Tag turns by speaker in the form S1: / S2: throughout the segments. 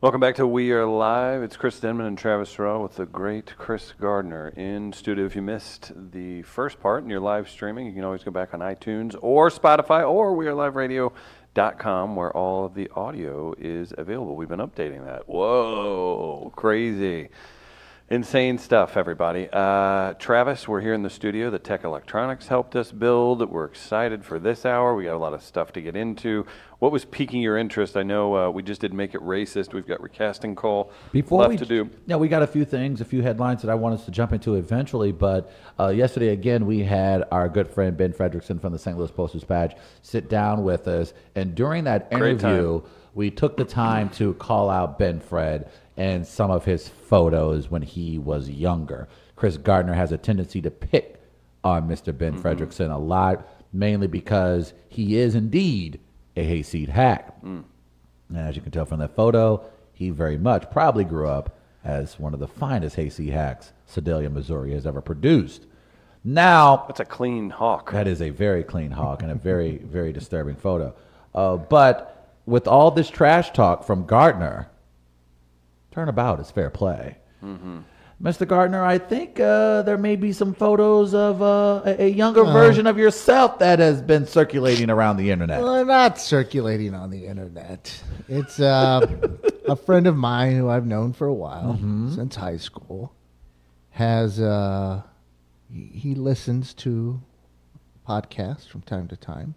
S1: Welcome back to We Are Live. It's Chris Denman and Travis Rowe with the great Chris Gardner in studio. If you missed the first part and you're live streaming, you can always go back on iTunes or Spotify or WeAreLiveRadio.com where all of the audio is available. We've been updating that. Whoa, crazy. Insane stuff, everybody. Uh, Travis, we're here in the studio. The Tech Electronics helped us build. We're excited for this hour. We got a lot of stuff to get into. What was piquing your interest? I know uh, we just did make it racist. We've got recasting call
S2: Before
S1: left
S2: we,
S1: to do.
S2: Yeah, we got a few things, a few headlines that I want us to jump into eventually. But uh, yesterday, again, we had our good friend Ben Fredrickson from the St. Louis Post Dispatch sit down with us, and during that
S1: Great time.
S2: interview, we took the time to call out Ben Fred and some of his photos when he was younger. Chris Gardner has a tendency to pick on Mr. Ben
S1: Mm-hmm.
S2: Fredrickson a lot, mainly because he is indeed a hayseed hack. And as you can tell from that photo, he very much probably grew up as one of the finest hayseed hacks Sedalia, Missouri has ever produced. Now,
S1: That's a clean hawk.
S2: that is a very clean hawk and a very, very disturbing photo. Uh, but with all this trash talk from Gardner, turnabout is fair play. Mr. Gardner, I think uh, there may be some photos of uh, a, a younger version of yourself that has been circulating around the internet.
S3: Well, they're not circulating on the internet. It's uh, a friend of mine who I've known for a while
S2: Mm-hmm.
S3: since high school has uh, he he listens to podcasts from time to time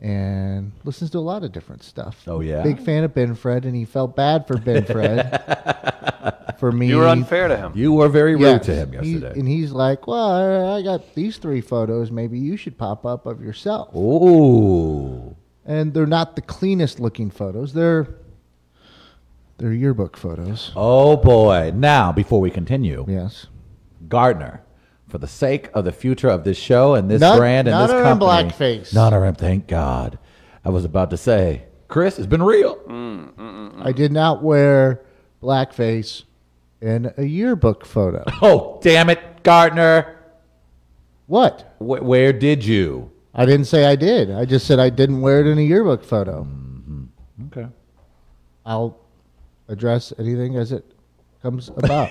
S3: and listens to a lot of different stuff.
S2: Oh, yeah?
S3: big fan of Ben Fred, and he felt bad for Ben Fred for me.
S1: You were unfair to him.
S2: You were very rude
S3: Yes.
S2: to him
S3: He-
S2: yesterday.
S3: and he's like, "Well, I I got these three photos. Maybe you should pop up of yourself."
S2: Ooh.
S3: and they're not the cleanest looking photos. They're they're yearbook photos.
S2: Oh boy. Now, before we continue,
S3: Yes,
S2: Gardner, for the sake of the future of this show and this
S3: Not-
S2: brand and
S3: not
S2: this
S3: her in
S2: company,
S3: blackface.
S2: not her in thank God. I was about to say, Chris, it's been real.
S3: I did not wear blackface in a yearbook photo.
S2: Oh, damn it, Gardner.
S3: what?
S2: Wh- where did you?
S3: I didn't say I did. I just said I didn't wear it in a yearbook photo.
S2: Okay.
S3: I'll address anything as it comes about.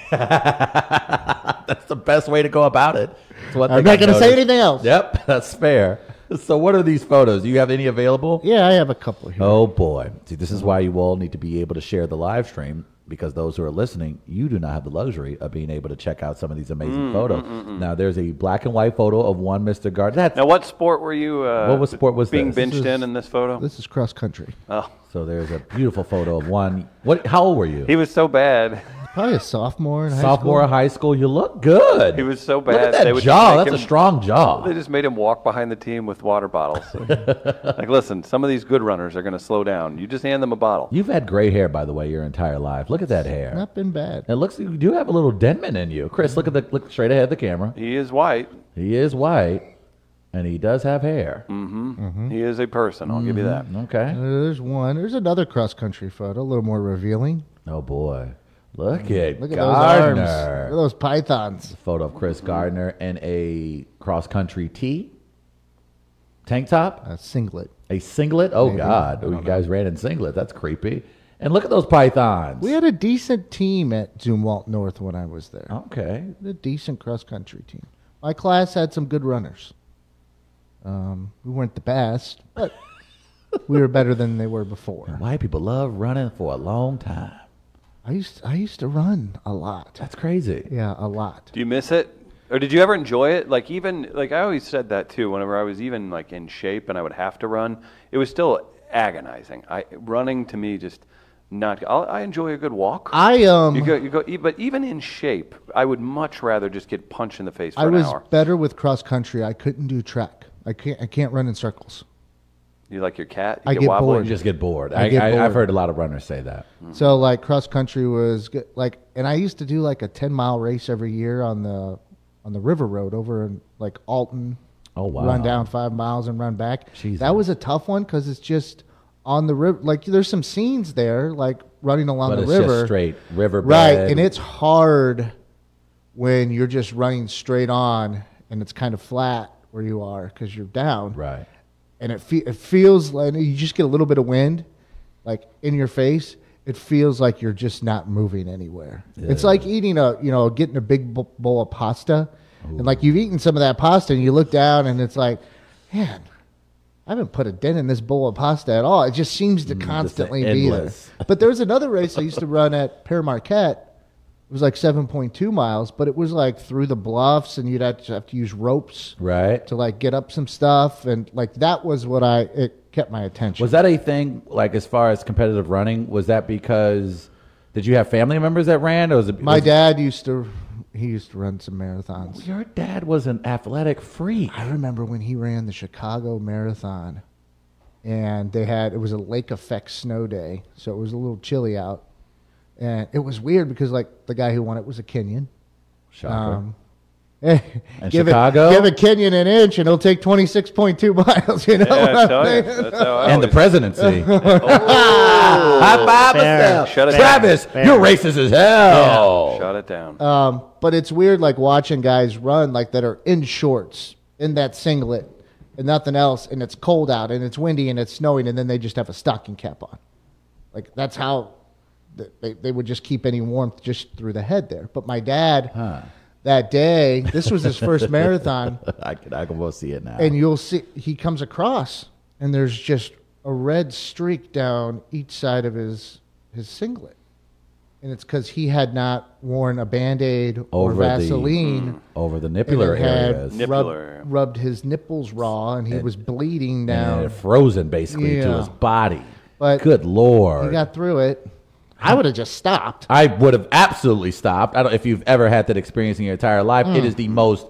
S2: That's the best way to go about it. It's one
S3: I'm
S2: thing
S3: not
S2: I
S3: gonna say
S2: noticed.
S3: anything else.
S2: Yep, that's fair. So, what are these photos? Do you have any available?
S3: yeah, I have a couple here.
S2: Oh boy. See, this is why you all need to be able to share the live stream because those who are listening, you do not have the luxury of being able to check out some of these
S1: Mm,
S2: amazing photos. Now, there's a black and white photo of one Mr. Gardner. That's
S1: Now, what sport were you? Uh,
S2: What was- sport was
S1: being
S2: this?
S1: benched
S3: This is-
S1: in in this photo?
S3: This is cross country.
S1: oh,
S2: so there's a beautiful photo of one. What? How old were you?
S1: he was so bad.
S3: Probably a sophomore in high
S2: Sophomore
S3: school.
S2: of high school. You look good.
S1: He was so
S2: Look
S1: bad,
S2: at that
S1: they would
S2: jaw.
S1: just make
S2: That's a
S1: him-
S2: strong jaw.
S1: They just made him walk behind the team with water bottles. like, listen, some of these good runners are going to slow down. You just hand them a bottle.
S2: You've had gray hair, by the way, your entire life. Look at that hair.
S3: Not been bad. Uh,
S2: It looks. You do have a little Denman in you, Chris. Look at the look straight ahead of the camera.
S1: He is white.
S2: He is white, and he does have hair.
S1: Mm.
S3: Hmm?
S1: He is a person. I'll give you that.
S2: Okay.
S3: There's one. There's another cross country photo, a little more revealing.
S2: Oh boy, look at
S3: Mm, Look at
S2: Gardner.
S3: those arms. Look at those pythons.
S2: Photo of Chris Gardner in a cross country tee, tank top,
S3: A singlet.
S2: a singlet. Oh God, you guys ran in singlet. That's creepy. And look at those pythons.
S3: We had a decent team at Zumwalt North when I was there.
S2: okay,
S3: We had A decent cross country team. My class had some good runners. Um, we weren't the best, but we were better than they were before.
S2: white people love running for a long time.
S3: I used I used to run a lot.
S2: That's crazy.
S3: Yeah, a lot.
S1: Do you miss it? Or did you ever enjoy it? Like even like I always said that too. Whenever I was even like in shape and I would have to run, it was still agonizing. I running to me just not. I'll, I enjoy a good walk.
S3: I um
S1: you go, you go. e- But even in shape, I would much rather just get punched in the face for
S3: I
S1: an
S3: was
S1: hour.
S3: better with cross country. I couldn't do track. I can't I can't run in circles.
S1: You like your cat? You
S3: I get
S1: wobbly?
S3: bored.
S2: You just get bored.
S3: I
S2: I,
S3: get
S2: I,
S3: bored.
S2: I've heard a lot of runners say that.
S3: So like cross country was good. like, and I used to do like a ten mile race every year on the on the river road over in like Alton.
S2: Oh, wow.
S3: Run down five miles and run back.
S2: Jeez.
S3: That was a tough one because it's just on the river. Like there's some scenes there, like running along
S2: But
S3: the
S2: it's
S3: river,
S2: just straight riverbed.
S3: right? And it's hard when you're just running straight on and it's kind of flat where you are because you're down,
S2: right.
S3: and it, fe- it feels like you just get a little bit of wind like in your face it feels like you're just not moving anywhere. It's like eating a, you know, getting a big bo- bowl of pasta, and like you've eaten some of that pasta, and you look down, and it's like, man, I haven't put a dent in this bowl of pasta at all. It just seems to constantly be there.
S2: endless.
S3: But there was another race I used to run at Pere Marquette. It was like 7.2 miles, but it was like through the bluffs, and you'd have to, have to use ropes
S2: Right.
S3: to like get up some stuff, and like that was what I it kept my attention.
S2: Was that a thing? Like as far as competitive running, was that because did you have family members that ran, or was it
S3: My
S2: was-
S3: dad used to he used to run some marathons.
S2: Your dad was an athletic freak.
S3: I remember when he ran the Chicago Marathon and they had it was a lake effect snow day, so it was a little chilly out. And it was weird because like the guy who won it was a Kenyan.
S2: Shocker.
S3: give
S2: Chicago?
S3: It, give a Kenyan an inch and he'll take 26.2 miles, you know?
S1: Yeah, I
S3: what
S1: tell
S3: I
S1: you,
S3: mean?
S1: that's how I
S2: and the
S1: always-
S2: presidency. oh, High five
S4: Fair.
S2: Estelle.
S1: Shut it
S2: Travis,
S4: down. Fair.
S2: you're racist as hell.
S1: Shut it down.
S3: Um, but it's weird, like watching guys run like that are in shorts, in that singlet, and nothing else, and it's cold out, and it's windy, and it's snowing, and then they just have a stocking cap on. Like that's how th- they they would just keep any warmth just through the head there. But my dad, that day, this was his first marathon,
S2: I can I can both see it now.
S3: and you'll see he comes across, and there's just a red streak down each side of his his singlet. And it's because he had not worn a band aid or
S2: Over the-
S3: Vaseline
S2: Over the
S3: and
S2: nipular
S3: it had
S2: areas.
S1: Nip-
S3: rub-
S1: Nipular.
S3: rubbed his nipples raw, and he was bleeding
S2: and
S3: down.
S2: it frozen basically to
S3: Yeah.
S2: his body.
S3: But
S2: Good
S3: he
S2: lord.
S3: got through it. I would have just stopped.
S2: I would have absolutely stopped. I don't if you've ever had that experience in your entire life.
S3: Mm.
S2: It is the most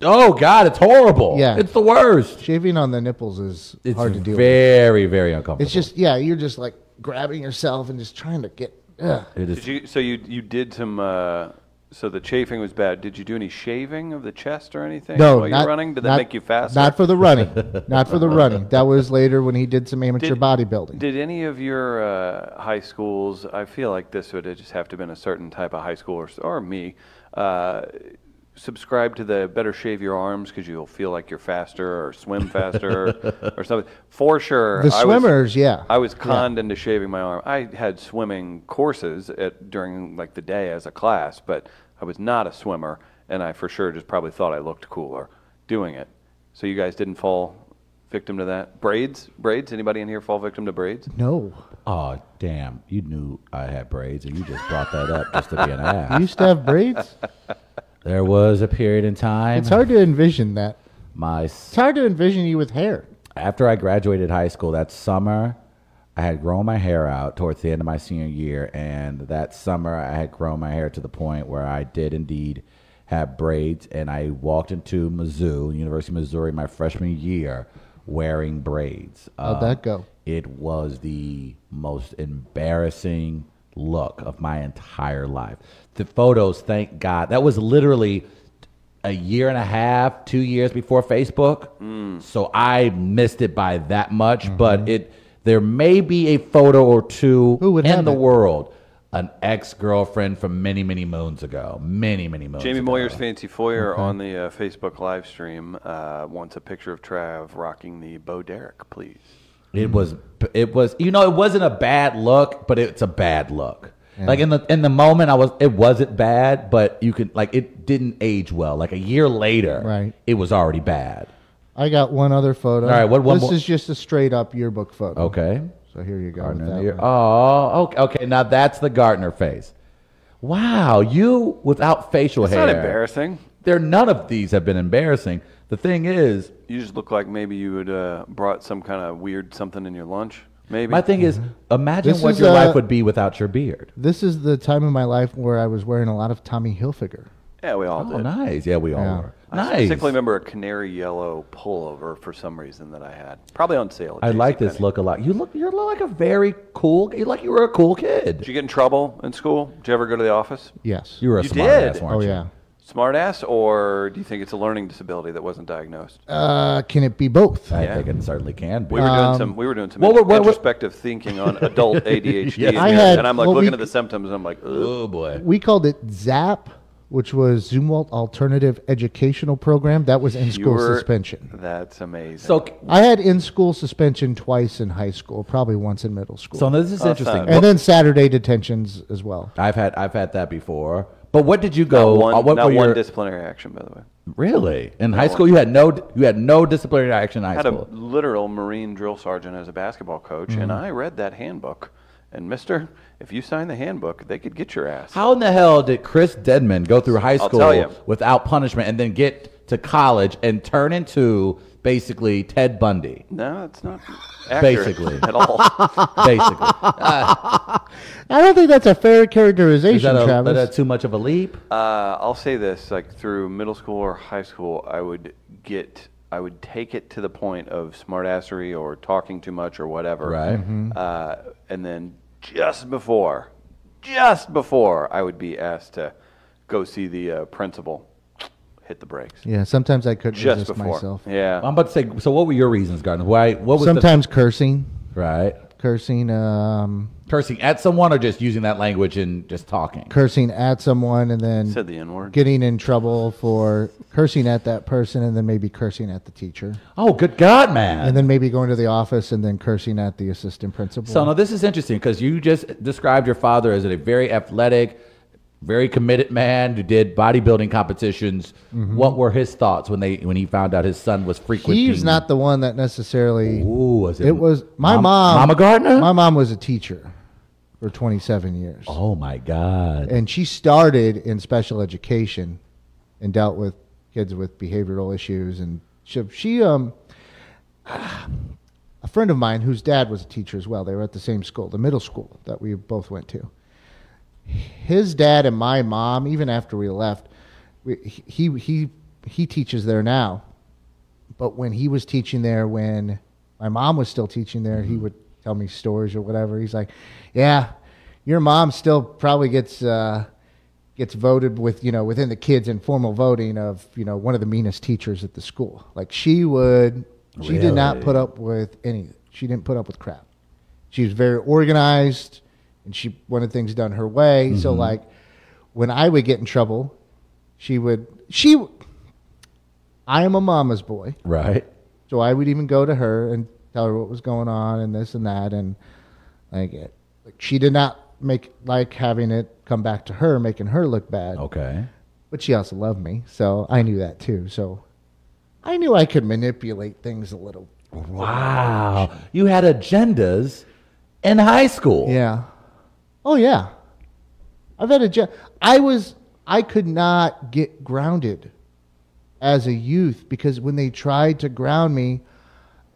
S2: Oh God, it's horrible.
S3: Yeah.
S2: It's the worst.
S3: Shaving on the nipples is
S2: It's
S3: hard to deal with.
S2: very, very uncomfortable.
S3: It's just yeah, you're just like grabbing yourself and just trying to get. Ugh.
S2: It is
S1: Did you? So you you did some. Uh, so the chafing was bad. Did you do any shaving of the chest or anything
S3: No,
S1: while
S3: not,
S1: you're running? Did that
S3: not-
S1: make you faster?
S3: Not for the running. not for the running. That was later when he did some amateur
S1: Did-
S3: bodybuilding.
S1: Did any of your uh, high schools? I feel like this would just have to have been a certain type of high school, or, s- or me. Uh, subscribe to the better shave your arms because you'll feel like you're faster or swim faster or, or something. For sure,
S3: The
S1: I was-
S3: swimmers, yeah.
S1: I was conned into shaving my arm. I had swimming courses at, during like the day as a class, but I was not a swimmer, and I for sure just probably thought I looked cooler doing it. So you guys didn't fall victim to that. Braids, braids. Anybody in here fall victim to braids?
S3: no,
S2: Oh damn! You knew I had braids, and you just brought that up just to be an ass.
S3: you used to have braids.
S2: There was a period in time.
S3: It's hard to envision that.
S2: My s-
S3: It's hard to envision you with hair.
S2: after I graduated high school that summer, I had grown my hair out towards the end of my senior year, and that summer I had grown my hair to the point where I did indeed have braids, and I walked into Mizzou, University of Missouri, my freshman year, wearing braids.
S1: Uh.
S3: How'd that go?
S2: It was the most embarrassing look of my entire life. The photos, thank God, that was literally a year and a half, two years before Facebook.
S3: Mm.
S2: So I missed it by that much,
S3: Mm-hmm.
S2: but it there may be a photo or two
S3: Who would
S2: in
S3: have
S2: the
S3: it?
S2: world. An ex girlfriend from many, many moons ago. Many, many moons
S1: Jamie
S2: ago.
S1: Moyer's Fancy Foyer on the uh, Facebook live stream uh, wants a picture of Trav rocking the Bo Derek, please.
S2: It was it was you know it wasn't a bad look, but it's a bad look. Like in the in the moment I was it wasn't bad, but you can like it didn't age well. Like a year later,
S3: Right.
S2: it was already bad.
S3: I got one other photo.
S2: All right, what- one
S3: This
S2: more-
S3: is just a straight up yearbook photo.
S2: Okay.
S3: So here you go. with
S2: Gardner of
S3: that
S2: the year.
S3: one.
S2: Oh, okay, okay. Now that's the Gardner face. Wow, you without facial
S1: It's
S2: hair.
S1: not embarrassing.
S2: There none of these have been embarrassing. The thing is,
S1: You just look like maybe you had uh, brought some kind of weird something in your lunch. Maybe.
S2: my thing is, imagine
S3: This
S2: what
S3: is,
S2: your
S3: uh,
S2: life would be without your beard.
S3: This is the time of my life where I was wearing a lot of Tommy Hilfiger.
S1: yeah, we all
S2: Oh,
S1: did.
S2: nice. Yeah, we all
S3: Yeah.
S2: were.
S1: I
S2: Nice.
S1: specifically remember a canary yellow pullover for some reason that I had, probably on sale. at
S2: I like this
S1: JCPenney.
S2: look a lot. You look you're like a very cool you like you were a cool
S1: Did
S2: kid.
S1: you get in trouble in school? Did you ever go to the office?
S3: Yes.
S2: You were a
S1: You
S2: smart
S1: did?
S2: ass, weren't
S3: oh
S2: you?
S3: yeah.
S1: Smart ass, or do you think it's a learning disability that wasn't diagnosed?
S3: Uh, can it be both?
S2: I
S1: Yeah.
S2: think it certainly can be.
S1: We
S3: Uh,
S1: were doing
S3: Um,
S1: some. We were doing some
S2: what were- what were-
S1: introspective thinking on adult ADHD,
S2: Yes.
S1: and,
S2: I
S1: you're-
S3: had-
S1: and I'm like
S3: well,
S1: looking
S3: we-
S1: at the symptoms, and I'm like, Ugh.
S2: oh boy.
S3: We called it Zap which was Zumwalt Alternative Educational Program. That was in school
S1: You're-
S3: suspension.
S1: That's amazing.
S2: So,
S3: I had in school suspension twice in high school, probably once in middle school.
S2: so now this is interesting.
S3: and then Saturday detentions as well.
S2: I've had I've had that before. But what did you
S1: not
S2: go?
S1: one,
S2: uh, what
S1: not
S2: were
S1: one
S2: your-
S1: disciplinary action, by the way.
S2: really in high school? You had no you had no disciplinary action in
S1: I
S2: high
S1: had a
S2: school.
S1: literal Marine drill sergeant as a basketball coach, and
S2: Mm-hmm.
S1: I read that handbook. And Mister, if you sign the handbook, they could get your ass.
S2: How in the hell did Chris Deadman go through high
S1: I'll tell
S2: school
S1: you.
S2: without punishment and then get to college and turn into basically Ted Bundy?
S1: No, it's not accurate
S2: Basically.
S1: at all.
S2: Basically,
S3: I don't think that's a fair characterization,
S2: is that, a,
S3: Travis.
S2: that a- too much of a leap?
S1: Uh, I'll say this: like through middle school or high school, I would get, I would take it to the point of smartassery or talking too much or whatever.
S2: Right. Mm-hmm.
S1: Uh, and then just before, just before, I would be asked to go see the uh, principal, hit the brakes.
S3: yeah, sometimes I couldn't
S1: Just
S3: resist
S1: before.
S3: myself.
S1: Yeah.
S2: I'm about to say. So, what were your reasons, Gardner? Why? What was
S3: Sometimes cursing,
S2: the, right?
S3: cursing, um,
S2: Cursing at someone or just using that language and just talking.
S3: cursing at someone, and then
S1: Said the N word.
S3: getting in trouble for cursing at that person, and then maybe cursing at the teacher,
S2: Oh, good God, man!
S3: and then maybe going to the office and then cursing at the assistant principal.
S2: So now this is interesting because you just described your father as a very athletic, very committed man who did bodybuilding competitions. What were his thoughts when they when he found out his son was frequenting?
S3: He's not the one that necessarily.
S2: Ooh, was it?
S3: It was my
S2: Mom-
S3: mom.
S2: Mama Gardner?
S3: My mom was a teacher for 27 years.
S2: Oh my God!
S3: And she started in special education and dealt with kids with behavioral issues. And she, she um, a friend of mine whose dad was a teacher as well, they were at the same school, the middle school that we both went to. His dad and my mom, even after we left, we, he, he, he teaches there now but when he was teaching there, when my mom was still teaching there, he would tell me stories or whatever. He's like, "Yeah, your mom still probably gets uh, gets voted with you know within the kids informal voting of you know one of the meanest teachers at the school. Like she would, she did not
S2: Really?
S3: put up with any. She didn't put up with crap. She was very organized, and she wanted things done her way. So like, when I would get in trouble, she would she. I am a mama's boy.
S2: Right?
S3: So I would even go to her and tell her what was going on and this and that and like it. Like she did not make like having it come back to her, making her look bad.
S2: Okay.
S3: But she also loved me, so I knew that too. So I knew I could manipulate things a little.
S2: Wow, you had agendas in high school.
S3: Yeah. Oh yeah. I've had a ge- I was I could not get grounded as a youth because when they tried to ground me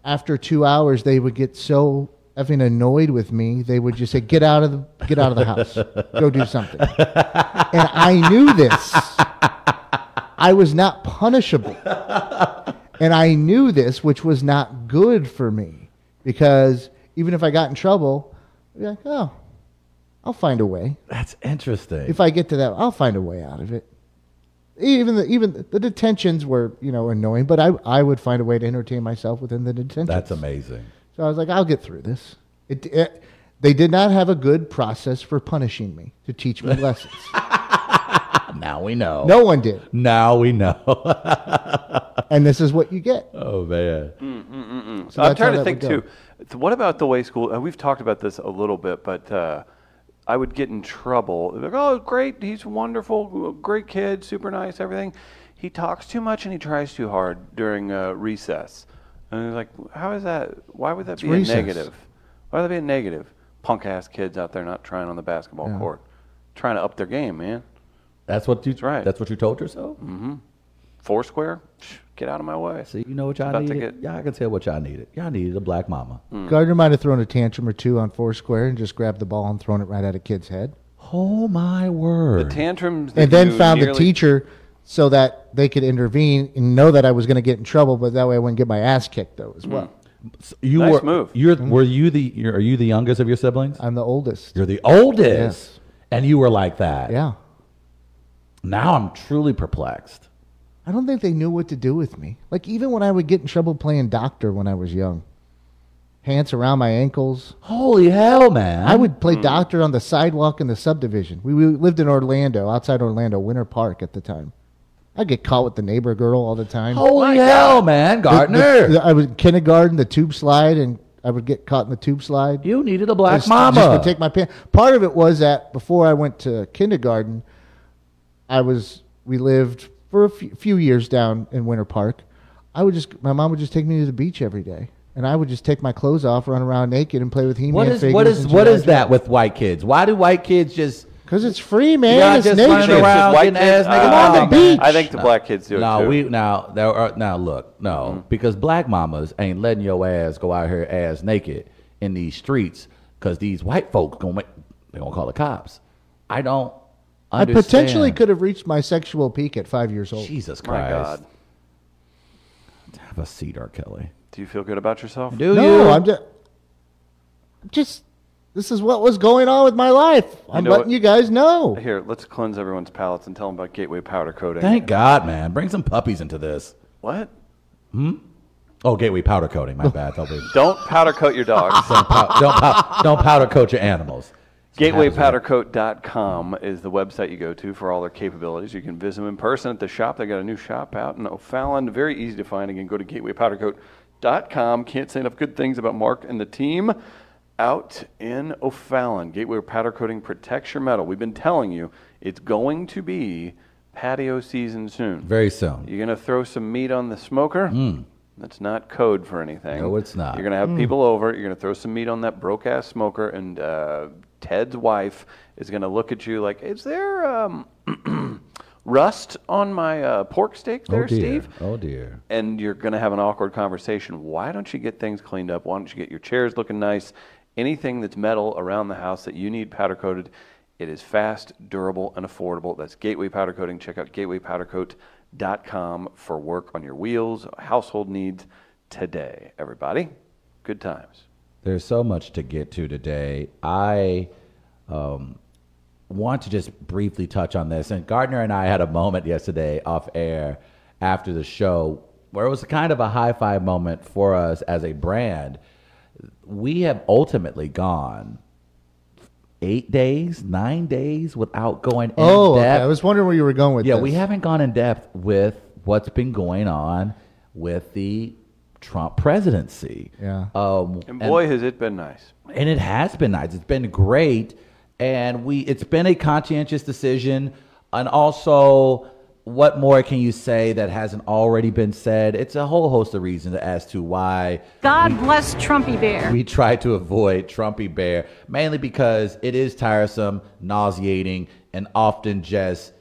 S3: after 2 hours they would get so effing annoyed with me they would just say get out of the get out of the house go do something and I knew this I was not punishable and I knew this, which was not good for me because even if I got in trouble, I'd be like, oh, I'll find a way.
S2: That's interesting.
S3: If I get to that, I'll find a way out of it. Even the even the detentions were you know annoying, but I I would find a way to entertain myself within the detention.
S2: That's amazing.
S3: So I was like, I'll get through this. It, it, they did not have a good process for punishing me to teach me lessons.
S2: Now we know.
S3: No one did,
S2: Now we know.
S3: and this is what you get.
S2: oh man.
S1: Mm.
S3: So
S1: I'm
S3: that's
S1: trying to
S3: how that would
S1: think too.
S3: go.
S1: Th- What about the way school? uh, We've talked about this a little bit, but uh, I would get in trouble. Like, oh, great, he's wonderful, great kid, super nice, everything. He talks too much and he tries too hard during uh, recess. And it's like, how is that? Why would that be
S3: recess.
S1: a negative? Why would that be a negative? Punk ass kids out there not trying on the basketball court, trying to up their game, man.
S2: That's what you. That's
S1: right. Mm.
S2: That's what you told yourself.
S1: Four square, Psh, get out of my way.
S2: See, you know what y'all
S1: About to
S2: needed.
S1: get- Mm.
S2: Y'all can tell what y'all needed. Y'all needed a black mama.
S3: Gardner might have thrown a tantrum or two on Foursquare and just grabbed the ball and thrown it right at a kid's head.
S2: Oh my word!
S1: Tantrums. that
S3: And then
S1: you
S3: found the
S1: nearly-
S3: teacher so that they could intervene and know that I was going to get in trouble, but that way I wouldn't get my ass kicked, though,
S1: Hmm.
S3: as well.
S2: So you
S1: Nice
S2: were,
S1: move.
S2: You're
S3: Mm.
S2: were you the? You're, are you the youngest of your siblings?
S3: I'm the oldest.
S2: You're the oldest,
S3: Yes.
S2: and you were like that.
S3: Yeah.
S2: Now I'm truly perplexed.
S3: I don't think they knew what to do with me. Like, even when I would get in trouble playing doctor when I was young, pants around my ankles.
S2: Holy hell, man!
S3: I would
S1: Hmm.
S3: play doctor on the sidewalk in the subdivision. We, we lived in Orlando, outside Orlando, Winter Park at the time. I'd get caught with the neighbor girl all the time.
S2: Holy hell, man,
S3: The- the-
S2: Gardner!
S3: the- I was in kindergarten, the tube slide, and I would get caught in the tube slide.
S2: you needed a black
S3: Just-
S2: mama.
S3: Just would take my pants. Part of it was that before I went to kindergarten, I was we lived for a few, few years down in Winter Park. I would just my mom would just take me to the beach every day, and I would just take my clothes off, run around naked, and play with He-Man
S2: what is
S3: figures.
S2: what is what is that with white kids? Why do white kids just
S3: Because it's free,
S2: Yeah,
S3: man. It's
S2: just running
S3: nature.
S2: around.
S1: Just white
S2: getting
S1: kids.
S2: ass
S1: Oh,
S2: naked.
S3: Come on, the beach.
S1: I think the black kids do it
S2: no,
S1: too.
S2: we now there are now look no
S1: Mm-hmm.
S2: because black mamas ain't letting your ass go out here ass naked in these streets because these white folks gonna make, they gonna call the cops. I don't.
S3: I
S2: Understand.
S3: potentially could have reached my sexual peak at five years old.
S2: Jesus
S1: My
S2: Christ!
S1: God,
S2: Have a seat, R. Kelly.
S1: do you feel good about yourself?
S2: Do
S3: no,
S2: you?
S3: I'm just, just. This is what was going on with my life. I'm
S1: know
S3: letting
S1: what-
S3: you guys know.
S1: Here, let's cleanse everyone's palates and tell them about Gateway Powder Coating.
S2: Thank God, man. Bring some puppies into this.
S1: What?
S2: Oh, gateway powder coating. My bad. Don't, be-
S1: Don't powder coat your dogs.
S2: don't, pow- don't, pow- don't powder coat your animals.
S1: GatewayPowderCoat.com is the website you go to for all their capabilities. You can visit them in person at the shop. They got a new shop out in O'Fallon, very easy to find. Again, go to GatewayPowderCoat.com. Can't say enough good things about Mark and the team out in O'Fallon. Gateway Powder Coating protects your metal. We've been telling you it's going to be patio season soon.
S2: Very soon.
S1: You're going to throw some meat on the smoker. That's not code for anything.
S2: Hmm. No, it's not. Hmm.
S1: You're going to have people over. You're going to throw some meat on that broke ass smoker, and uh, Ted's wife is going to look at you like, "Is there um, rust on my uh, pork steak there,
S2: oh dear.
S1: Steve?"
S2: Oh dear.
S1: and you're going to have an awkward conversation. Why don't you get things cleaned up? Why don't you get your chairs looking nice? Anything that's metal around the house that you need powder coated, it is fast, durable, and affordable. That's Gateway Powder Coating. Check out gatewaypowdercoat.com for work on your wheels, household needs today. Everybody, good times.
S2: There's so much to get to today. I um, want to just briefly touch on this. And Gardner and I had a moment yesterday off air after the show where it was kind of a high five moment for us as a brand. We have ultimately gone eight days, nine days without going in
S3: Oh, okay.
S2: depth
S3: I was wondering where you were going with
S2: yeah,
S3: this.
S2: we haven't gone in depth with what's been going on with the Trump presidency.
S3: Yeah.
S2: Um,
S1: And boy, has it been nice.
S2: and it has been nice. It's been great, and we it's been a conscientious decision, and also. What more can you say that hasn't already been said? It's a whole host of reasons as to why
S4: God bless Trumpy Bear.
S2: we try to avoid Trumpy Bear mainly because it is tiresome, nauseating, and often just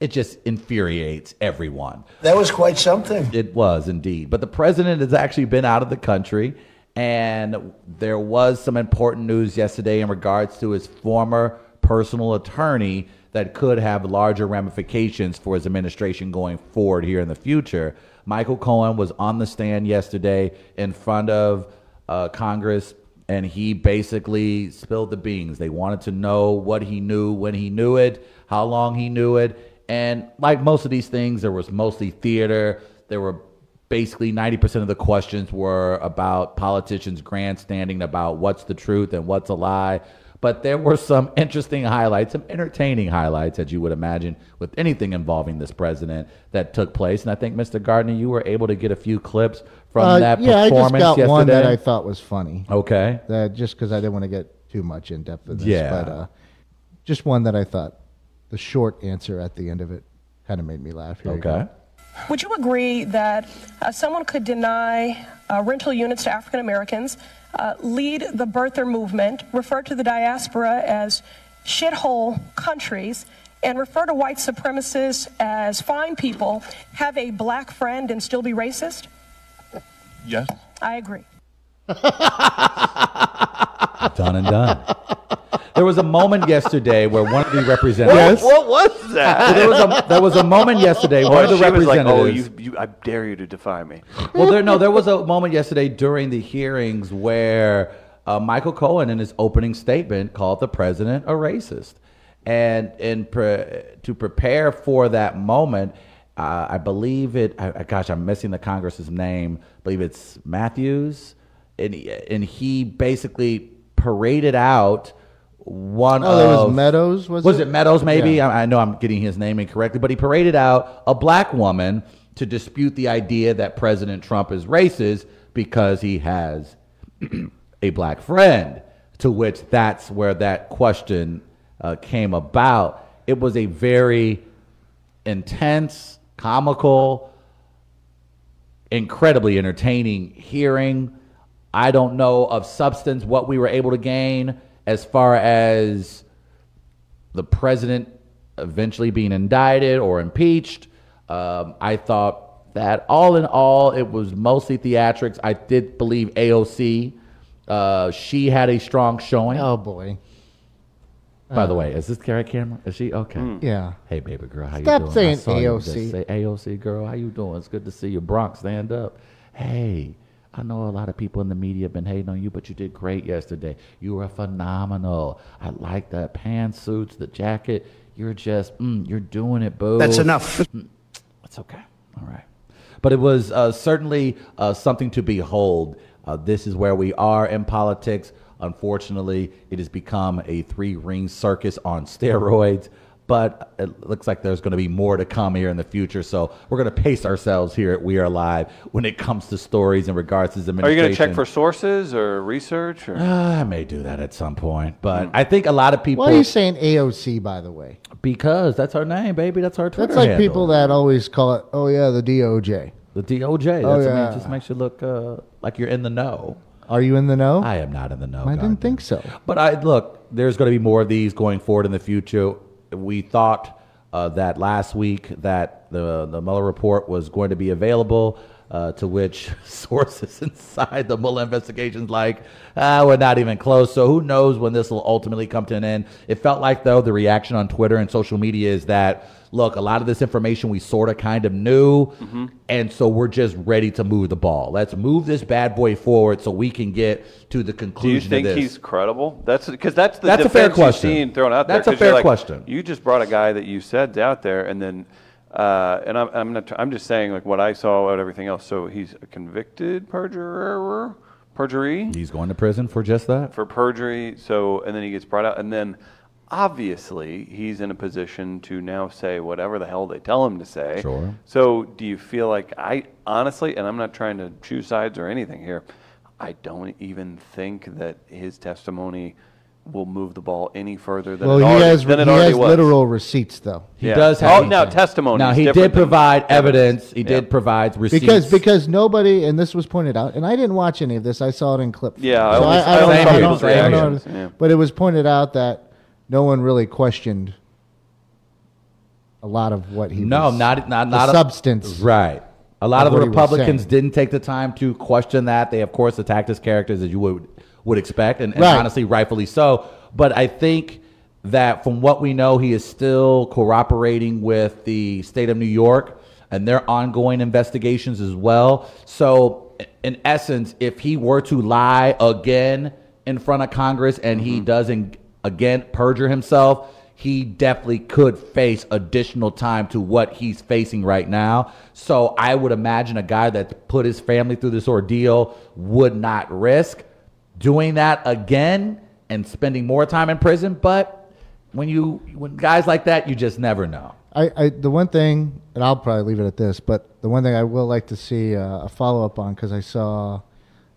S2: it just infuriates everyone.
S5: That was quite something.
S2: It was indeed. But the president has actually been out of the country, and there was some important news yesterday in regards to his former personal attorney that could have larger ramifications for his administration going forward here in the future. Michael Cohen was on the stand yesterday in front of uh, Congress, and he basically spilled the beans. They wanted to know what he knew, when he knew it, how long he knew it. And like most of these things, there was mostly theater. There were basically 90% of the questions were about politicians grandstanding about what's the truth and what's a lie. But there were some interesting highlights, some entertaining highlights, as you would imagine, with anything involving this president that took place. And I think, Mr. Gardner, you were able to get a few clips from
S3: Uh,
S2: that
S3: yeah, I
S2: performance
S3: just got
S2: yesterday. Oh.
S3: one that I thought was funny.
S2: okay.
S3: That just because I didn't want to get too much in depth in this,
S2: Yeah.
S3: but uh, just one that I thought the short answer at the end of it kind of made me laugh. Here you
S2: Okay.
S3: go.
S6: Would you agree that uh, someone could deny uh, rental units to African Americans, uh, lead the birther movement, refer to the diaspora as shithole countries, and refer to white supremacists as fine people, have a black friend, and still be racist?
S7: Yes.
S6: I agree.
S2: Done and done. there was a moment yesterday where one of the representatives.
S1: What was that?
S2: there was a there was a moment yesterday. One of the
S1: she was like, "Oh,
S2: representatives.
S1: you, you, I dare you to defy me."
S2: well, there no, there was a moment yesterday during the hearings where uh, Michael Cohen, in his opening statement, called the president a racist, and and pre- to prepare for that moment. Uh, I believe it. I, I- gosh, I'm missing the Congress's name. I believe it's Matthews and he- and he basically paraded out one
S3: Oh, there was
S2: of
S3: Meadows, was
S2: it
S3: it?
S2: Meadows? Maybe
S3: Yeah.
S2: I, I know I'm getting his name incorrectly, but he paraded out a black woman to dispute the idea that President Trump is racist because he has a black friend. To which that's where that question uh, came about. It was a very intense, comical, incredibly entertaining hearing. I don't know of substance what we were able to gain as far as the president eventually being indicted or impeached. Um, I thought that all in all, it was mostly theatrics. I did believe AOC. Uh, she had a strong showing.
S3: Oh boy.
S2: By the way, is this Carrot Camera? Is she okay?
S3: Yeah.
S2: Hey, baby girl, how
S3: Stop
S2: you doing?
S3: saying
S2: I saw you
S3: AOC.
S2: just say AOC, girl, how you doing? It's good to see you. Bronx, stand up. Hey, I know a lot of people in the media have been hating on you, but you did great yesterday. You were phenomenal. I like the pantsuits, the jacket. You're just, mm, you're doing it, boo.
S5: That's enough.
S2: It's okay. All right. But it was uh, certainly uh, something to behold. Uh, this is where we are in politics. Unfortunately, it has become a three ring circus on steroids. But it looks like there's going to be more to come here in the future. So we're going to pace ourselves here at We Are Live when it comes to stories in regards to the
S1: Are you
S2: administration.
S1: going to check for sources or research? Or?
S2: Uh, I may do that at some point. But
S1: Mm.
S2: I think a lot of people.
S3: Why are you saying AOC, by the way?
S2: because that's her name, baby. That's her Twitter
S3: That's like
S2: handle.
S3: people that always call it, oh, yeah, the DOJ.
S2: The DOJ. That's,
S3: Oh,
S2: I mean, it
S3: yeah.
S2: just makes you look uh, like you're in the know.
S3: Are you in the know?
S2: I am not in the know.
S3: I
S2: Gardner.
S3: didn't think so.
S2: But I look, there's going to be more of these going forward in the future. We thought uh, that last week that the the Mueller report was going to be available. Uh, to which sources inside the Mueller investigations like ah, we're not even close. So who knows when this will ultimately come to an end? It felt like though the reaction on Twitter and social media is that look, a lot of this information we sort of kind of knew,
S1: Mm-hmm.
S2: and so we're just ready to move the ball. Let's move this bad boy forward so we can get to the
S1: Do you
S2: conclusion.
S1: think
S2: of this.
S1: he's credible? That's because that's the
S2: That's a
S1: defense
S2: fair
S1: you've
S2: question.
S1: seen thrown out
S2: That's a
S1: there. 'cause you're
S2: fair
S1: like,
S2: question.
S1: You just brought a guy that you said out there, and then, uh, and I'm, I'm not. I'm just saying like what I saw out of everything else. So he's a convicted perjurer, perjury
S2: He's going to prison for just that.
S1: for perjury. So and then he gets brought out, and then obviously he's in a position to now say whatever the hell they tell him to say.
S2: Sure.
S1: So do you feel like I honestly, and I'm not trying to choose sides or anything here, I don't even think that his testimony will move the ball any further than
S3: Well,
S1: it
S3: he
S1: already,
S3: has, he
S1: than it already
S3: has
S1: was.
S3: literal receipts, though.
S2: He
S1: Yeah.
S2: does have.
S1: Oh, now testimony
S2: Now
S1: is
S2: he
S1: different
S2: did
S1: than
S2: provide
S1: evidence.
S2: evidence. He did
S1: Yeah.
S2: provide receipts.
S3: Because because nobody, and this was pointed out, and I didn't watch any of this. I saw it in clip.
S1: Yeah, I
S3: so
S1: only-
S3: I,
S1: I
S3: I don't,
S1: only
S3: I
S1: saw
S3: don't-
S1: people's
S3: I don't know-
S1: reactions, yeah.
S3: But it was pointed out that no one really questioned a lot of what he.
S2: no,
S3: was,
S2: not not
S3: the
S2: not a-
S3: substance.
S2: right. A lot
S3: of
S2: of, the
S3: what he was
S2: Republicans
S3: saying.
S2: didn't take the time to question that. They of course attacked his characters as you would would expect, and, and
S3: Right.
S2: honestly, rightfully so. But I think that from what we know, he is still cooperating with the state of New York and their ongoing investigations as well. So, in essence, if he were to lie again in front of Congress and he doesn't again perjure himself, he definitely could face additional time to what he's facing right now. So, I would imagine a guy that put his family through this ordeal would not risk doing that again and spending more time in prison. But when you when guys like that, you just never know.
S3: I, I the one thing, and I'll probably leave it at this, but the one thing I will like to see uh, a follow up on because I saw,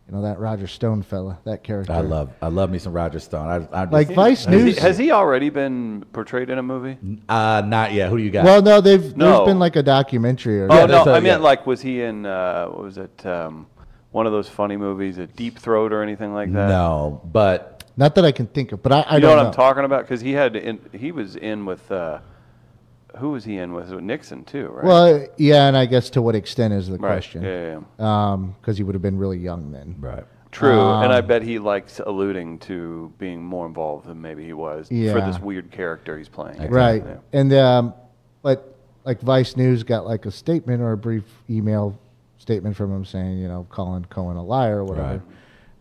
S3: you know, that Roger Stone fella, that character.
S2: I love I love me some Roger Stone. I, I just,
S3: like Vice
S1: Has he,
S3: News.
S1: has he already been portrayed in a movie?
S2: uh, not yet. Who do you got?
S3: well, no, they've
S1: No.
S3: there's been like a documentary or
S1: Oh
S2: Yeah,
S1: no,
S2: that's a-
S1: I meant
S2: yeah.
S1: like was he in uh, what was it? Um, one of those funny movies, a Deep Throat or anything like that?
S2: no, but
S3: not that I can think of, but I, I
S1: you know
S3: don't
S1: what I'm talking about? Because he had in, he was in with uh, who was he in with? Nixon too, right?
S3: Well, yeah, and I guess to what extent is the
S1: right.
S3: question?
S1: Yeah, yeah, yeah.
S3: because he would have been really young then.
S2: right.
S1: True, and
S3: Um,
S1: I bet he likes alluding to being more involved than maybe he was for
S3: Yeah.
S1: this weird character he's playing.
S3: Right.
S1: Yeah.
S3: And um, but like Vice News got like a statement or a brief email statement from him saying, you know, calling Cohen a liar or whatever.
S2: Right.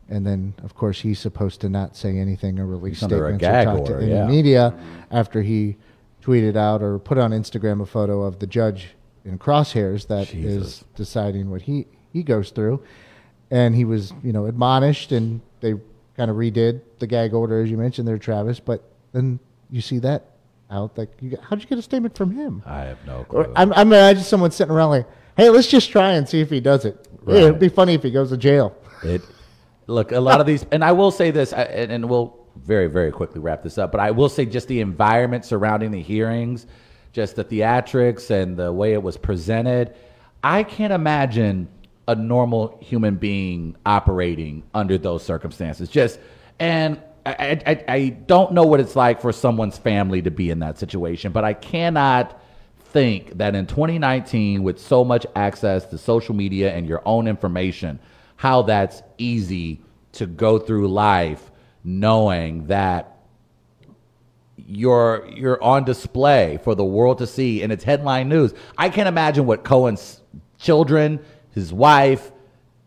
S3: And then, of course, he's supposed to not say anything or release
S2: He's under a
S3: statements
S2: gag
S3: or talk
S2: order,
S3: to any
S2: yeah.
S3: media after he tweeted out or put on Instagram a photo of the judge in crosshairs that is
S2: Jesus.
S3: deciding what he he goes through. and he was, you know, admonished, and they kind of redid the gag order as you mentioned there, Travis. But then you see that out. Like, you, how'd you get a statement from him?
S1: Uh,
S2: I have no
S3: Or
S2: clue.
S3: I'm, I'm imagining someone sitting around like, "Hey, let's just try and see if he does it. Yeah,
S2: Right.
S3: it'd be funny if he goes to jail."
S2: It look a lot of these, and I will say this, I- and, and we'll very very quickly wrap this up. But I will say just the environment surrounding the hearings, just the theatrics and the way it was presented. I can't imagine a normal human being operating under those circumstances. Just and. I, I, I- I don't know what it's like for someone's family to be in that situation, but I cannot think that in 2019, with so much access to social media and your own information, how that's easy to go through life knowing that you're you're on display for the world to see and it's headline news. I can't imagine what Cohen's children, his wife,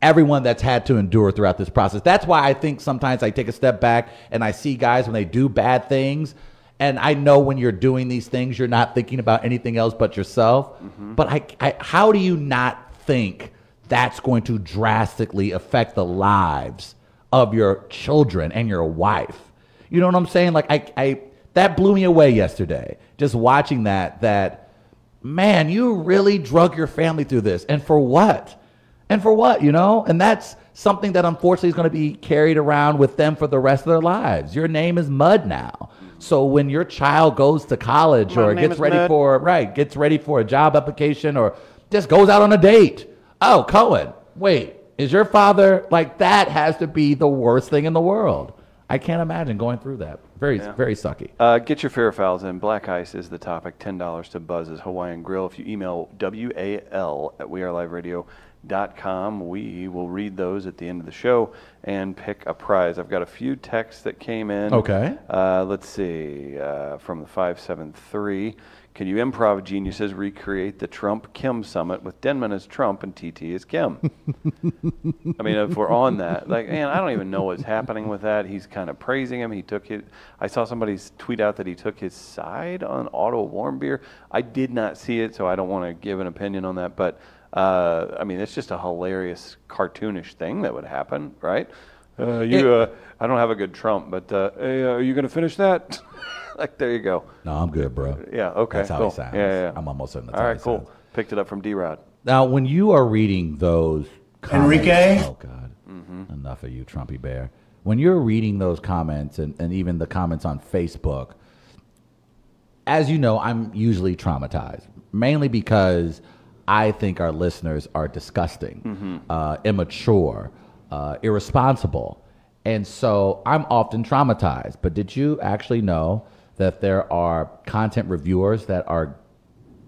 S2: everyone that's had to endure throughout this process. That's why I think sometimes I take a step back and I see guys when they do bad things and I know when you're doing these things you're not thinking about anything else but yourself. But I, I how do you not think that's going to drastically affect the lives of your children and your wife? You know what I'm saying? Like I, I that blew me away yesterday. Just watching that, that man, you really drug your family through this, and for what? And for what? You know? And that's something that unfortunately is going to be carried around with them for the rest of their lives. Your name is mud now. So when your child goes to college
S1: My
S2: or
S1: name
S2: gets
S1: is
S2: ready
S1: Mud.
S2: for right, gets ready for a job application or just goes out on a date. Oh, Cohen, wait, is your father like that? Has to be the worst thing in the world. I can't imagine going through that. Very, very sucky.
S1: Uh, get your fair fouls in. Black Ice is the topic. $10 to Buzz's Hawaiian Grill. If you email WAL at weareliveradio.com, we will read those at the end of the show and pick a prize. I've got a few texts that came in.
S2: Okay.
S1: Uh, let's see. Uh, from the 573. Can you improv geniuses recreate the Trump Kim summit with Denman as Trump and TT as Kim? I mean, if we're on that, like, man, I don't even know what's happening with that. He's kind of praising him. He took his. I saw somebody's tweet out that he took his side on Otto Warm Beer. I did not see it, so I don't want to give an opinion on that. But uh, I mean, it's just a hilarious, cartoonish thing that would happen, right? Uh, you, uh, I don't have a good Trump, but uh, hey, uh, are you going to finish that? like, there you go.
S2: No, I'm good, bro.
S1: Yeah. Okay.
S2: That's how
S1: cool.
S2: it sounds.
S1: Yeah, yeah, yeah.
S2: I'm almost certain that's
S1: All
S2: how
S1: right.
S2: it
S1: Cool.
S2: sounds.
S1: Picked it up from D Rod.
S2: Now, when you are reading those comments,
S5: Enrique?
S2: oh God, enough of you, Trumpy Bear. When you're reading those comments and, and even the comments on Facebook, as you know, I'm usually traumatized, mainly because I think our listeners are disgusting, uh, immature, uh, irresponsible. And so I'm often traumatized. But did you actually know that there are content reviewers that are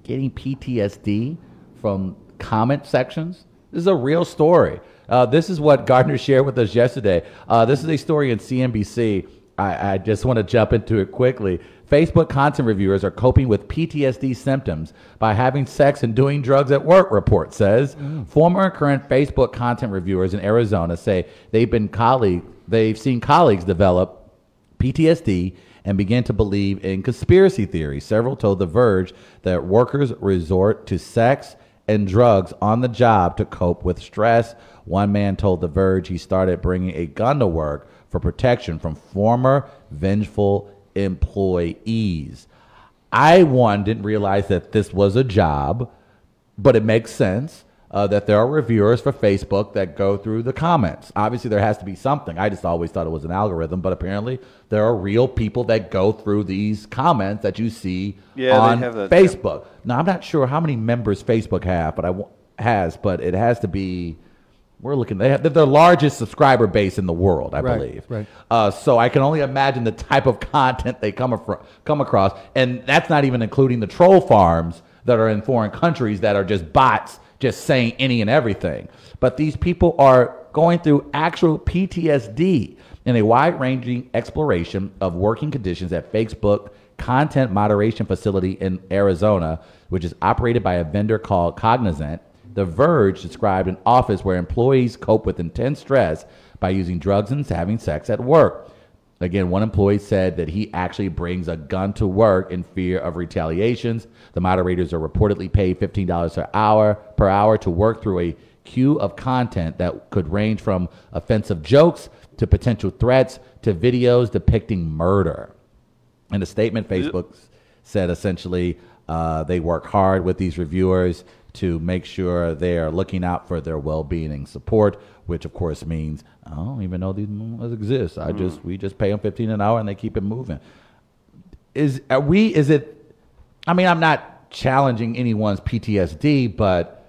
S2: getting PTSD from comment sections? This is a real story. Uh, this is what Gardner shared with us yesterday. Uh, this is a story in CNBC. I, I just want to jump into it quickly. Facebook content reviewers are coping with PTSD symptoms by having sex and doing drugs at work, report says. Former and current Facebook content reviewers in Arizona say they've been colleague, they've seen colleagues develop PTSD and began to believe in conspiracy theories. Several told The Verge that workers resort to sex and drugs on the job to cope with stress. One man told The Verge he started bringing a gun to work for protection from former vengeful employees. I, one, didn't realize that this was a job but it makes sense uh, that there are reviewers for Facebook that go through the comments. Obviously, there has to be something. I just always thought it was an algorithm, but apparently, there are real people that go through these comments that you see
S1: Yeah, they
S2: on
S1: have that, yeah.
S2: Facebook. Now, I'm not sure how many members Facebook have, but I w- has, but it has to be. We're looking. They have they're the largest subscriber base in the world, I
S3: Right,
S2: believe.
S3: right.
S2: Uh, so I can only imagine the type of content they come, afro- come across. And that's not even including the troll farms that are in foreign countries that are just bots just saying any and everything. But these people are going through actual PTSD in a wide ranging exploration of working conditions at Facebook content moderation facility in Arizona, which is operated by a vendor called Cognizant. The Verge described an office where employees cope with intense stress by using drugs and having sex at work. Again, one employee said that he actually brings a gun to work in fear of retaliations. The moderators are reportedly paid $15 per hour per hour to work through a queue of content that could range from offensive jokes to potential threats to videos depicting murder. In a statement, Facebook s- said essentially uh, they work hard with these reviewers to make sure they are looking out for their well-being and support, which of course means I don't even know these numbers exist. I just we just pay them fifteen an hour and they keep it moving. Is are we? Is it? I mean, I'm not challenging anyone's PTSD, but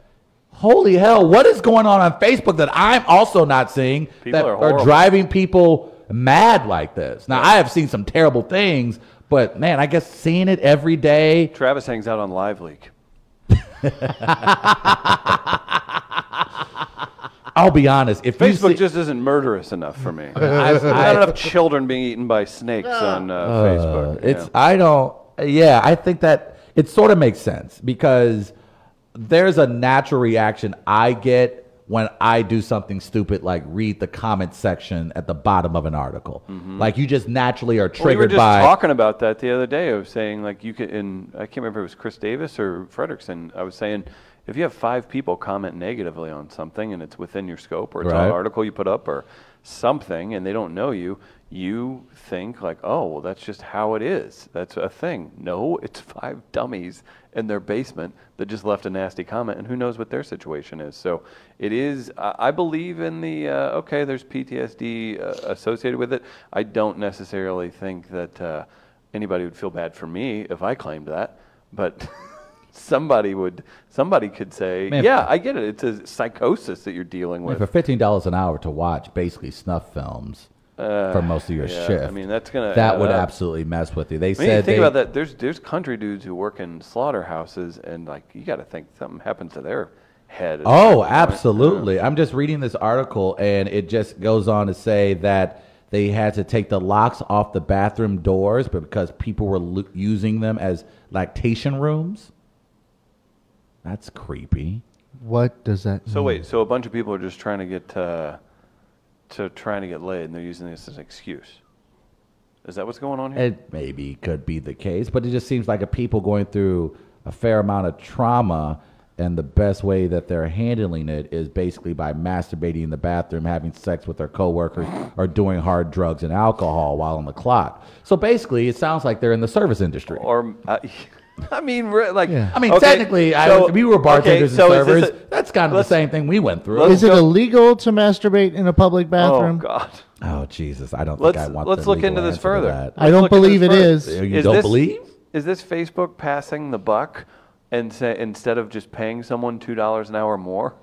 S2: holy hell, what is going on on Facebook that I'm also not seeing
S1: People
S2: that
S1: are horrible.
S2: driving driving people mad like this. Now, I have seen some terrible things, but man, I guess seeing it every day.
S1: Travis hangs out on Live Leak.
S2: I'll be honest. If you
S1: Facebook
S2: see-
S1: just isn't murderous enough for me.
S2: I, I-
S1: Not enough children being eaten by snakes on uh, Facebook.
S2: It's
S1: yeah.
S2: I don't. Yeah, I think that it sort of makes sense because there's a natural reaction I get when I do something stupid, like read the comment section at the bottom of an article. Like you just naturally are
S1: Mm-hmm. Well, we
S2: triggered
S1: were just
S2: by.
S1: talking about that the other day. I was saying like you could, and I can't remember if it was Chris Davis or Frederickson. I was saying if you have five people comment negatively on something and it's within your scope or it's on
S2: Right.
S1: an article you put up or something and they don't know you, you think like, oh, well, that's just how it is. That's a thing. No, it's five dummies in their basement that just left a nasty comment, and who knows what their situation is. So it is. I I believe in the uh, okay. There's PTSD uh, associated with it. I don't necessarily think that uh, anybody would feel bad for me if I claimed that, but. Somebody would, somebody could say,
S2: Man,
S1: "Yeah, I get it. It's a psychosis that you're dealing
S2: I mean,
S1: with."
S2: for fifteen dollars an hour to watch basically snuff films for most of your
S1: Uh, yeah, I
S2: shift,
S1: mean, that's gonna
S2: that
S1: add
S2: would
S1: up.
S2: absolutely mess with you. They
S1: I mean, you
S2: said
S1: think
S2: they-
S1: about that. There's there's country dudes who work in slaughterhouses, and like you got to think something happened to their head. at a certain
S2: Oh,
S1: point.
S2: absolutely. I'm just reading this article, and it just goes on to say that they had to take the locks off the bathroom doors because people were lu- using them as lactation rooms. That's creepy.
S3: What does that?
S1: So wait, so a bunch of people are just trying to get uh, to trying to get laid, and they're using this as an excuse. Is that what's going on here?
S2: It maybe could be the case, but it just seems like a people going through a fair amount of trauma, and the best way that they're handling it is basically by masturbating in the bathroom, having sex with their coworkers, or doing hard drugs and alcohol while on the clock. So basically, it sounds like they're in the service industry.
S1: or uh, I mean, re- like
S3: Yeah.
S2: I mean,
S1: okay,
S2: technically, I
S1: so-
S2: was, we were
S1: okay,
S2: bartenders
S1: so
S2: and
S1: is this
S2: servers.
S1: a-
S2: That's kind of the
S1: let's-
S2: same thing we went through.
S1: let's-
S3: Is it illegal to masturbate in a public
S1: Oh
S3: bathroom?
S1: God,
S2: oh Jesus, I don't
S1: let's
S2: think I want.
S1: let's
S2: the
S1: look
S2: legal
S1: into this
S2: answer to
S1: further.
S2: that.
S3: I don't
S1: Let's look into
S3: believe
S1: this
S3: it
S1: further.
S3: is.
S2: You don't believe?
S1: Is this Facebook passing the buck and say instead of just paying someone two dollars an hour more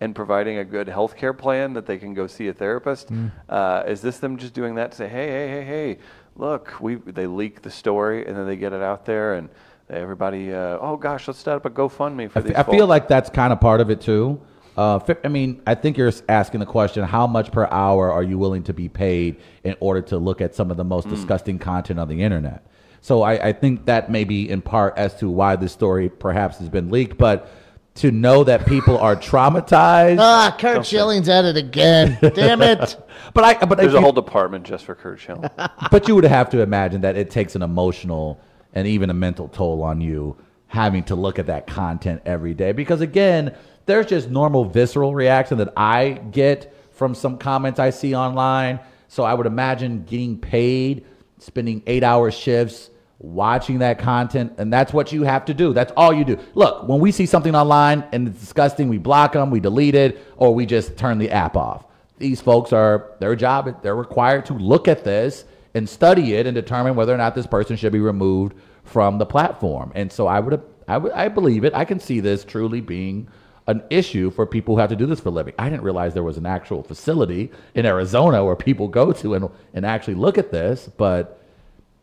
S1: and providing a good health care plan that they can go see a therapist?
S3: Hmm.
S1: Uh, is this them just doing that to say, hey, hey, hey, hey, look, we they leak the story and then they get it out there and everybody, uh, oh gosh, let's start up a GoFundMe for
S2: I fe-
S1: these.
S2: I feel
S1: folks."
S2: like that's kind of part of it too. Uh, fi- I mean, I think you're s- asking the question: How much per hour are you willing to be paid in order to look at some of the most
S1: Hmm.
S2: disgusting content on the internet? So I, I think that may be in part as to why this story perhaps has been leaked, but to know that people are traumatized.
S3: Ah, Kurt Schilling's at it again. Damn it!
S2: But I, but
S1: there's
S2: I,
S1: a whole department just for Kurt Schilling.
S2: but you would have to imagine that it takes an emotional and even a mental toll on you having to look at that content every day because again there's just normal visceral reaction that i get from some comments i see online so i would imagine getting paid spending eight hour shifts watching that content and that's what you have to do that's all you do look when we see something online and it's disgusting we block them we delete it or we just turn the app off these folks are their job they're required to look at this and study it and determine whether or not this person should be removed from the platform and so i would i would i believe it i can see this truly being an issue for people who have to do this for a living i didn't realize there was an actual facility in arizona where people go to and and actually look at this but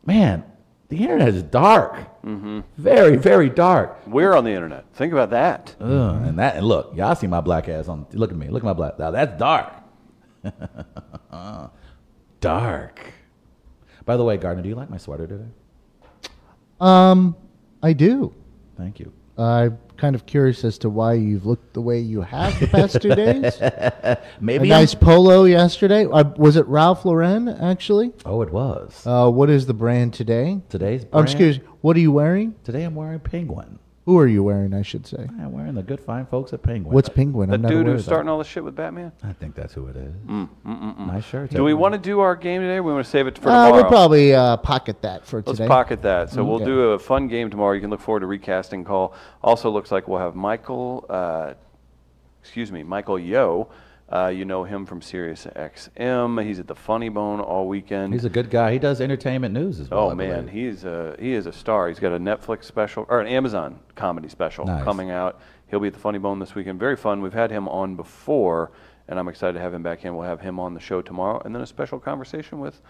S2: man the internet is dark very very dark
S1: We're on the internet. Think about that.
S2: Ugh, Uh, and that and look y'all see my black ass on look at me look at my black now that's dark dark. By the way, Gardner, do you like my sweater today?
S3: Um, I do.
S2: Thank you.
S3: I'm kind of curious as to why you've looked the way you have the past two days. A
S2: Maybe I'm-
S3: nice polo yesterday. Uh, was it Ralph Lauren actually?
S2: Oh, it was
S3: Uh, what is the brand today?
S2: today's.
S3: Um,
S2: Brand,
S3: excuse. What are you wearing?
S2: Today I'm wearing penguin.
S3: Who are you wearing? I should say.
S2: I'm wearing the good fine folks at Penguin.
S3: What's Penguin?
S1: The
S3: I'm not
S1: dude
S3: aware
S1: who's
S3: of that.
S1: starting all this shit with Batman?
S2: I think that's who it is.
S1: Mm,
S2: Nice shirt.
S1: Do we want to do our game today? Or we want to save it for
S3: Uh,
S1: tomorrow.
S3: we'll probably uh, pocket that for
S1: Let's
S3: today.
S1: pocket that. So we'll
S3: Okay.
S1: do a fun game tomorrow. You can look forward to recasting call. Also, looks like we'll have Michael, uh, excuse me, Michael Yo. Uh, you know him from Sirius XM. He's at the Funny Bone all weekend.
S2: He's a good guy. He does entertainment news as well.
S1: Oh
S2: I
S1: man,
S2: believe.
S1: he's a he is a star. He's got a Netflix special or an Amazon comedy special
S2: Nice.
S1: coming out. He'll be at the Funny Bone this weekend. Very fun. We've had him on before, and I'm excited to have him back in. We'll have him on the show tomorrow, and then a special conversation with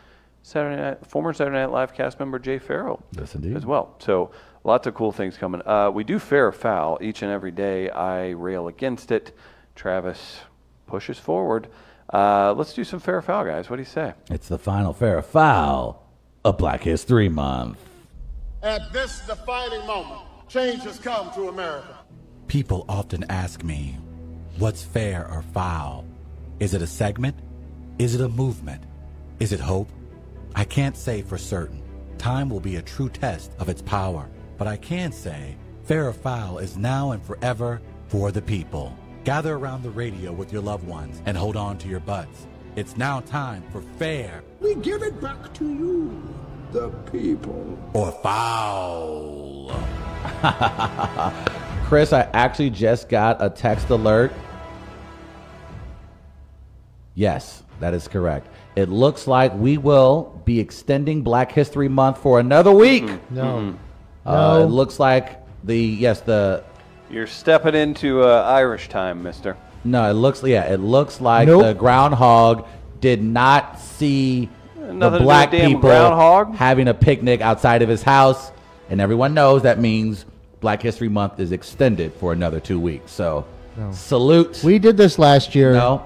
S1: Saturday Night, former Saturday Night Live cast member Jay Farrell.
S2: Yes, indeed.
S1: As well. So lots of cool things coming. Uh, we do fair or foul each and every day. I rail against it. Travis pushes forward. Uh, let's do some fair or foul, guys. What do you say?
S2: It's the final fair foul of Black History Month.
S5: At this defining moment, change has come to America.
S7: People often ask me, what's fair or foul? Is it a segment? Is it a movement? Is it hope? I can't say for certain. Time will be a true test of its power. But I can say, fair or foul is now and forever for the people. Gather around the radio with your loved ones and hold on to your butts. It's now time for fair
S8: We give it back to you, the people.
S7: or foul.
S2: Chris, I actually just got a text alert. Yes, that is correct. It looks like we will be extending Black History Month for another week.
S1: Mm-hmm.
S3: No.
S1: Hmm.
S2: Uh,
S3: No.
S2: it looks like the yes the
S1: You're stepping into uh, Irish time, mister.
S2: no it looks yeah it looks like
S3: Nope.
S2: the groundhog did not see
S1: Nothing to
S2: the
S1: do
S2: black
S1: with damn
S2: people
S1: groundhog.
S2: having a picnic outside of his house, and everyone knows that means Black History Month is extended for another two weeks. So salute.
S3: We did this last year.
S2: No.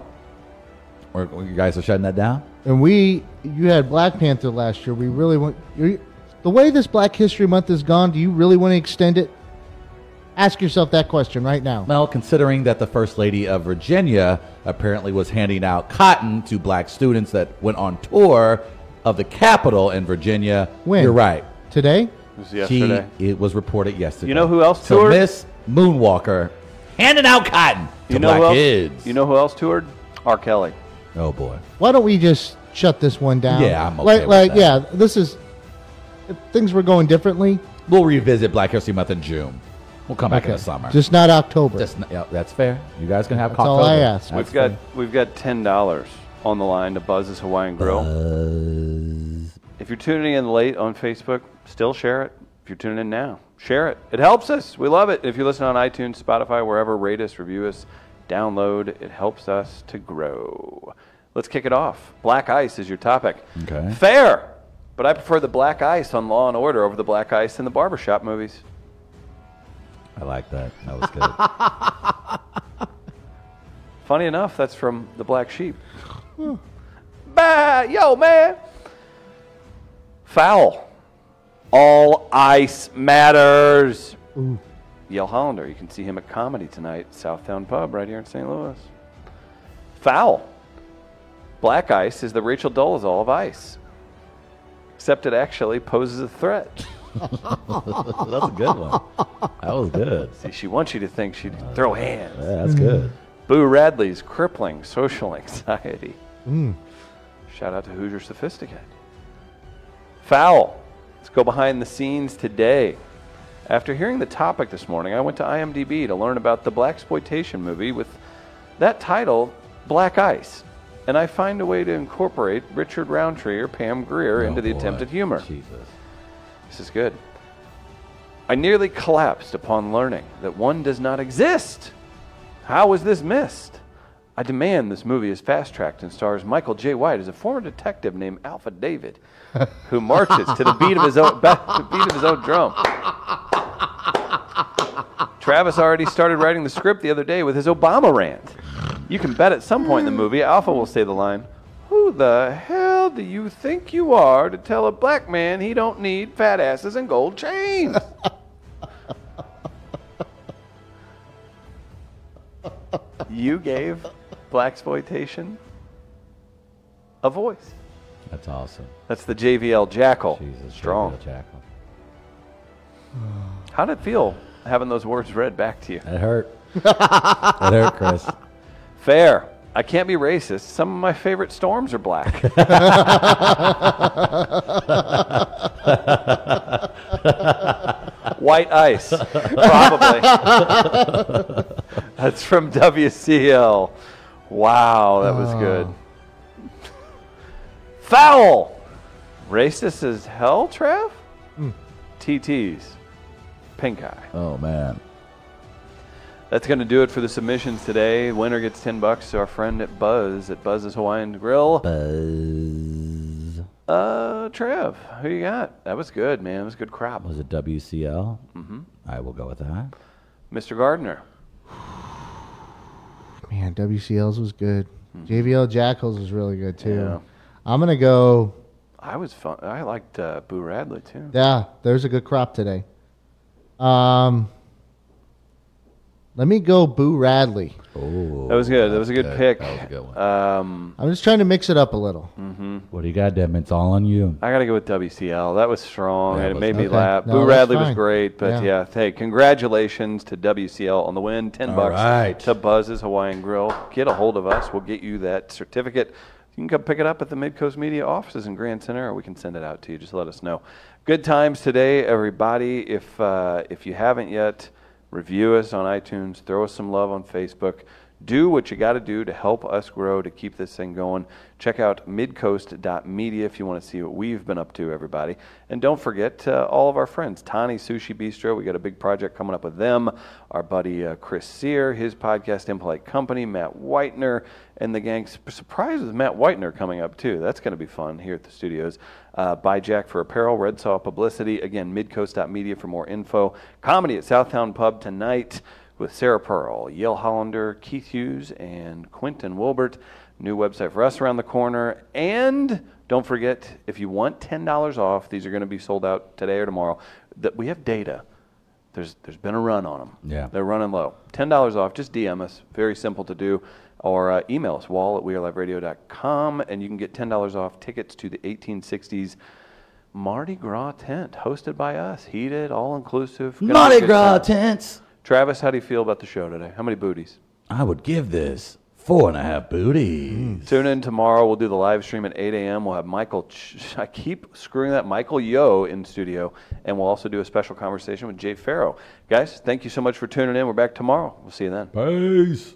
S2: Or or you guys are shutting that down?
S3: And we, you had Black Panther last year. We really want. you the way this Black History Month has gone, do you really want to extend it? Ask yourself that question right now.
S2: Well, considering that the First Lady of Virginia apparently was handing out cotton to black students that went on tour of the Capitol in Virginia,
S3: When?
S2: you're right.
S3: Today?
S1: It was yesterday.
S2: She, it was reported yesterday.
S1: You know who else
S2: So
S1: toured?
S2: Miss Moonwalker handing out cotton to
S1: you know
S2: black
S1: who else?
S2: kids.
S1: You know who else toured? R. Kelly.
S2: oh boy.
S3: Why don't we just shut this one down?
S2: Yeah, I'm okay
S3: Like,
S2: with
S3: like
S2: that.
S3: yeah, this is. If things were going differently.
S2: We'll revisit Black History Month in June. We'll come back in
S3: okay.
S2: the summer.
S3: Just not October.
S2: Just- yeah, that's fair. You guys can have
S3: That's all I
S2: Cocktober.
S3: ask.
S2: That's
S1: we've got we've got ten dollars on the line to Buzz's Hawaiian Grill. If you're tuning in late on Facebook, still share it. If you're tuning in now, share it. It helps us. We love it. If you listen on iTunes, Spotify, wherever, rate us, review us, download. It helps us to grow. Let's kick it off. Black ice is your topic.
S2: Okay.
S1: Fair, but I prefer the black ice on Law and Order over the black ice in the barbershop movies.
S2: I like that. That was good.
S1: Funny enough, that's from the Black Sheep. Bye, yo, man. Foul. All ice matters. Ooh. Yale Hollander. You can see him at comedy tonight, Southtown Pub, right here in St. Louis. Foul. Black ice is the Rachel Dolezal of ice, except it actually poses a threat.
S2: that's a good one. That was good.
S1: See, she wants you to think she'd throw hands.
S2: Yeah, that's good.
S1: Boo Radley's crippling social anxiety.
S2: Hmm.
S1: Shout out to Hoosier Sophisticate. Foul. Let's go behind the scenes today. After hearing the topic this morning, I went to IMDb to learn about the black exploitation movie with that title, Black Ice, and I find a way to incorporate Richard Roundtree or Pam Grier into
S2: Oh,
S1: the
S2: boy.
S1: attempted humor.
S2: Jesus.
S1: This is good. I nearly collapsed upon learning that one does not exist. How was this missed? I demand this movie is fast tracked and stars Michael J. White as a former detective named Alpha David, who marches to the beat of his own ba- the beat of his own drum. Travis already started writing the script the other day with his Obama rant. You can bet at some point in the movie, Alpha will say the line, "Who the hell do you think you are to tell a black man he don't need fat asses and gold chains?" you gave black exploitation a voice.
S2: That's awesome.
S1: That's the JVL Jackal.
S2: Jesus.
S1: Strong.
S2: Gabriel Jackal.
S1: How'd it feel having those words read back to you.
S2: That hurt. that hurt, Chris.
S1: Fair. I can't be racist. Some of my favorite storms are black. White ice, probably. That's from WCL. Wow, that was good. Foul. Racist as hell, Trav? TTs. Pink eye.
S2: Oh man.
S1: That's going to do it for the submissions today. Winner gets 10 bucks to our friend at Buzz at Buzz's Hawaiian Grill. Buzz. Uh, Trev, who you got? That was good, man. It was a good crop.
S2: Was it WCL? Mm-hmm. I will go with that.
S1: Mr. Gardner.
S3: Man, WCL's was good. JVL Jackals was really good too.
S1: Yeah.
S3: I'm gonna go.
S1: I was fun. I liked uh, Boo Radley, too.
S3: Yeah, there's a good crop today. Um, let me go Boo Radley.
S1: That was good. That was a good pick.
S2: That was a good one.
S1: Um,
S3: I'm just trying to mix it up a little.
S2: what do you got, Dem? It's all on you.
S1: I got to go with WCL. That was strong,
S2: That
S1: and it
S2: was-
S1: made me
S3: okay.
S1: laugh.
S3: No,
S1: Boo
S3: that's
S1: Radley was
S3: fine.
S1: great, but yeah.
S3: Yeah.
S1: hey, congratulations to WCL on the win. 10
S2: All
S1: bucks
S2: right.
S1: to Buzz's Hawaiian Grill. Get a hold of us. We'll get you that certificate. You can come pick it up at the Midcoast Media offices in Grand Center, or we can send it out to you. Just let us know. Good times today, everybody. If, uh, if you haven't yet, review us on iTunes, throw us some love on Facebook. Do what you got to do to help us grow, to keep this thing going. Check out midcoast.media if you want to see what we've been up to, everybody. And don't forget uh, all of our friends, Tani Sushi Bistro. We got a big project coming up with them. Our buddy uh, Chris Sear, his podcast, Impolite Company, Matt Whitener, and the gang. Sup- Surprise with Matt Whitener coming up, too. That's going to be fun here at the studios. Uh, Buy Jack for apparel, Red Saw Publicity. Again, midcoast.media for more info. Comedy at Southtown Pub tonight with Sarah Pearl, Yale Hollander, Keith Hughes, and Quentin Wilbert. New website for us around the corner. And don't forget, if you want $10 off, these are going to be sold out today or tomorrow. That we have data. There's there's been a run on them.
S2: Yeah.
S1: they're running low. Ten dollars off. Just DM us. Very simple to do, or uh, email us wall at weareLiveRadio.com, and you can get ten dollars off tickets to the 1860s Mardi Gras tent hosted by us, heated, all inclusive. Gonna be a
S2: Mardi
S1: good
S2: Gras
S1: time.
S2: tents.
S1: Travis, how do you feel about the show today? How many booties?
S2: I would give this four and a half booties.
S1: Tune in tomorrow. We'll do the live stream at 8 a.m. We'll have Michael. Ch- I keep screwing that. Michael Yo in studio, and we'll also do a special conversation with Jay Farrow. Guys, thank you so much for tuning in. We're back tomorrow. We'll see you then.
S2: Peace.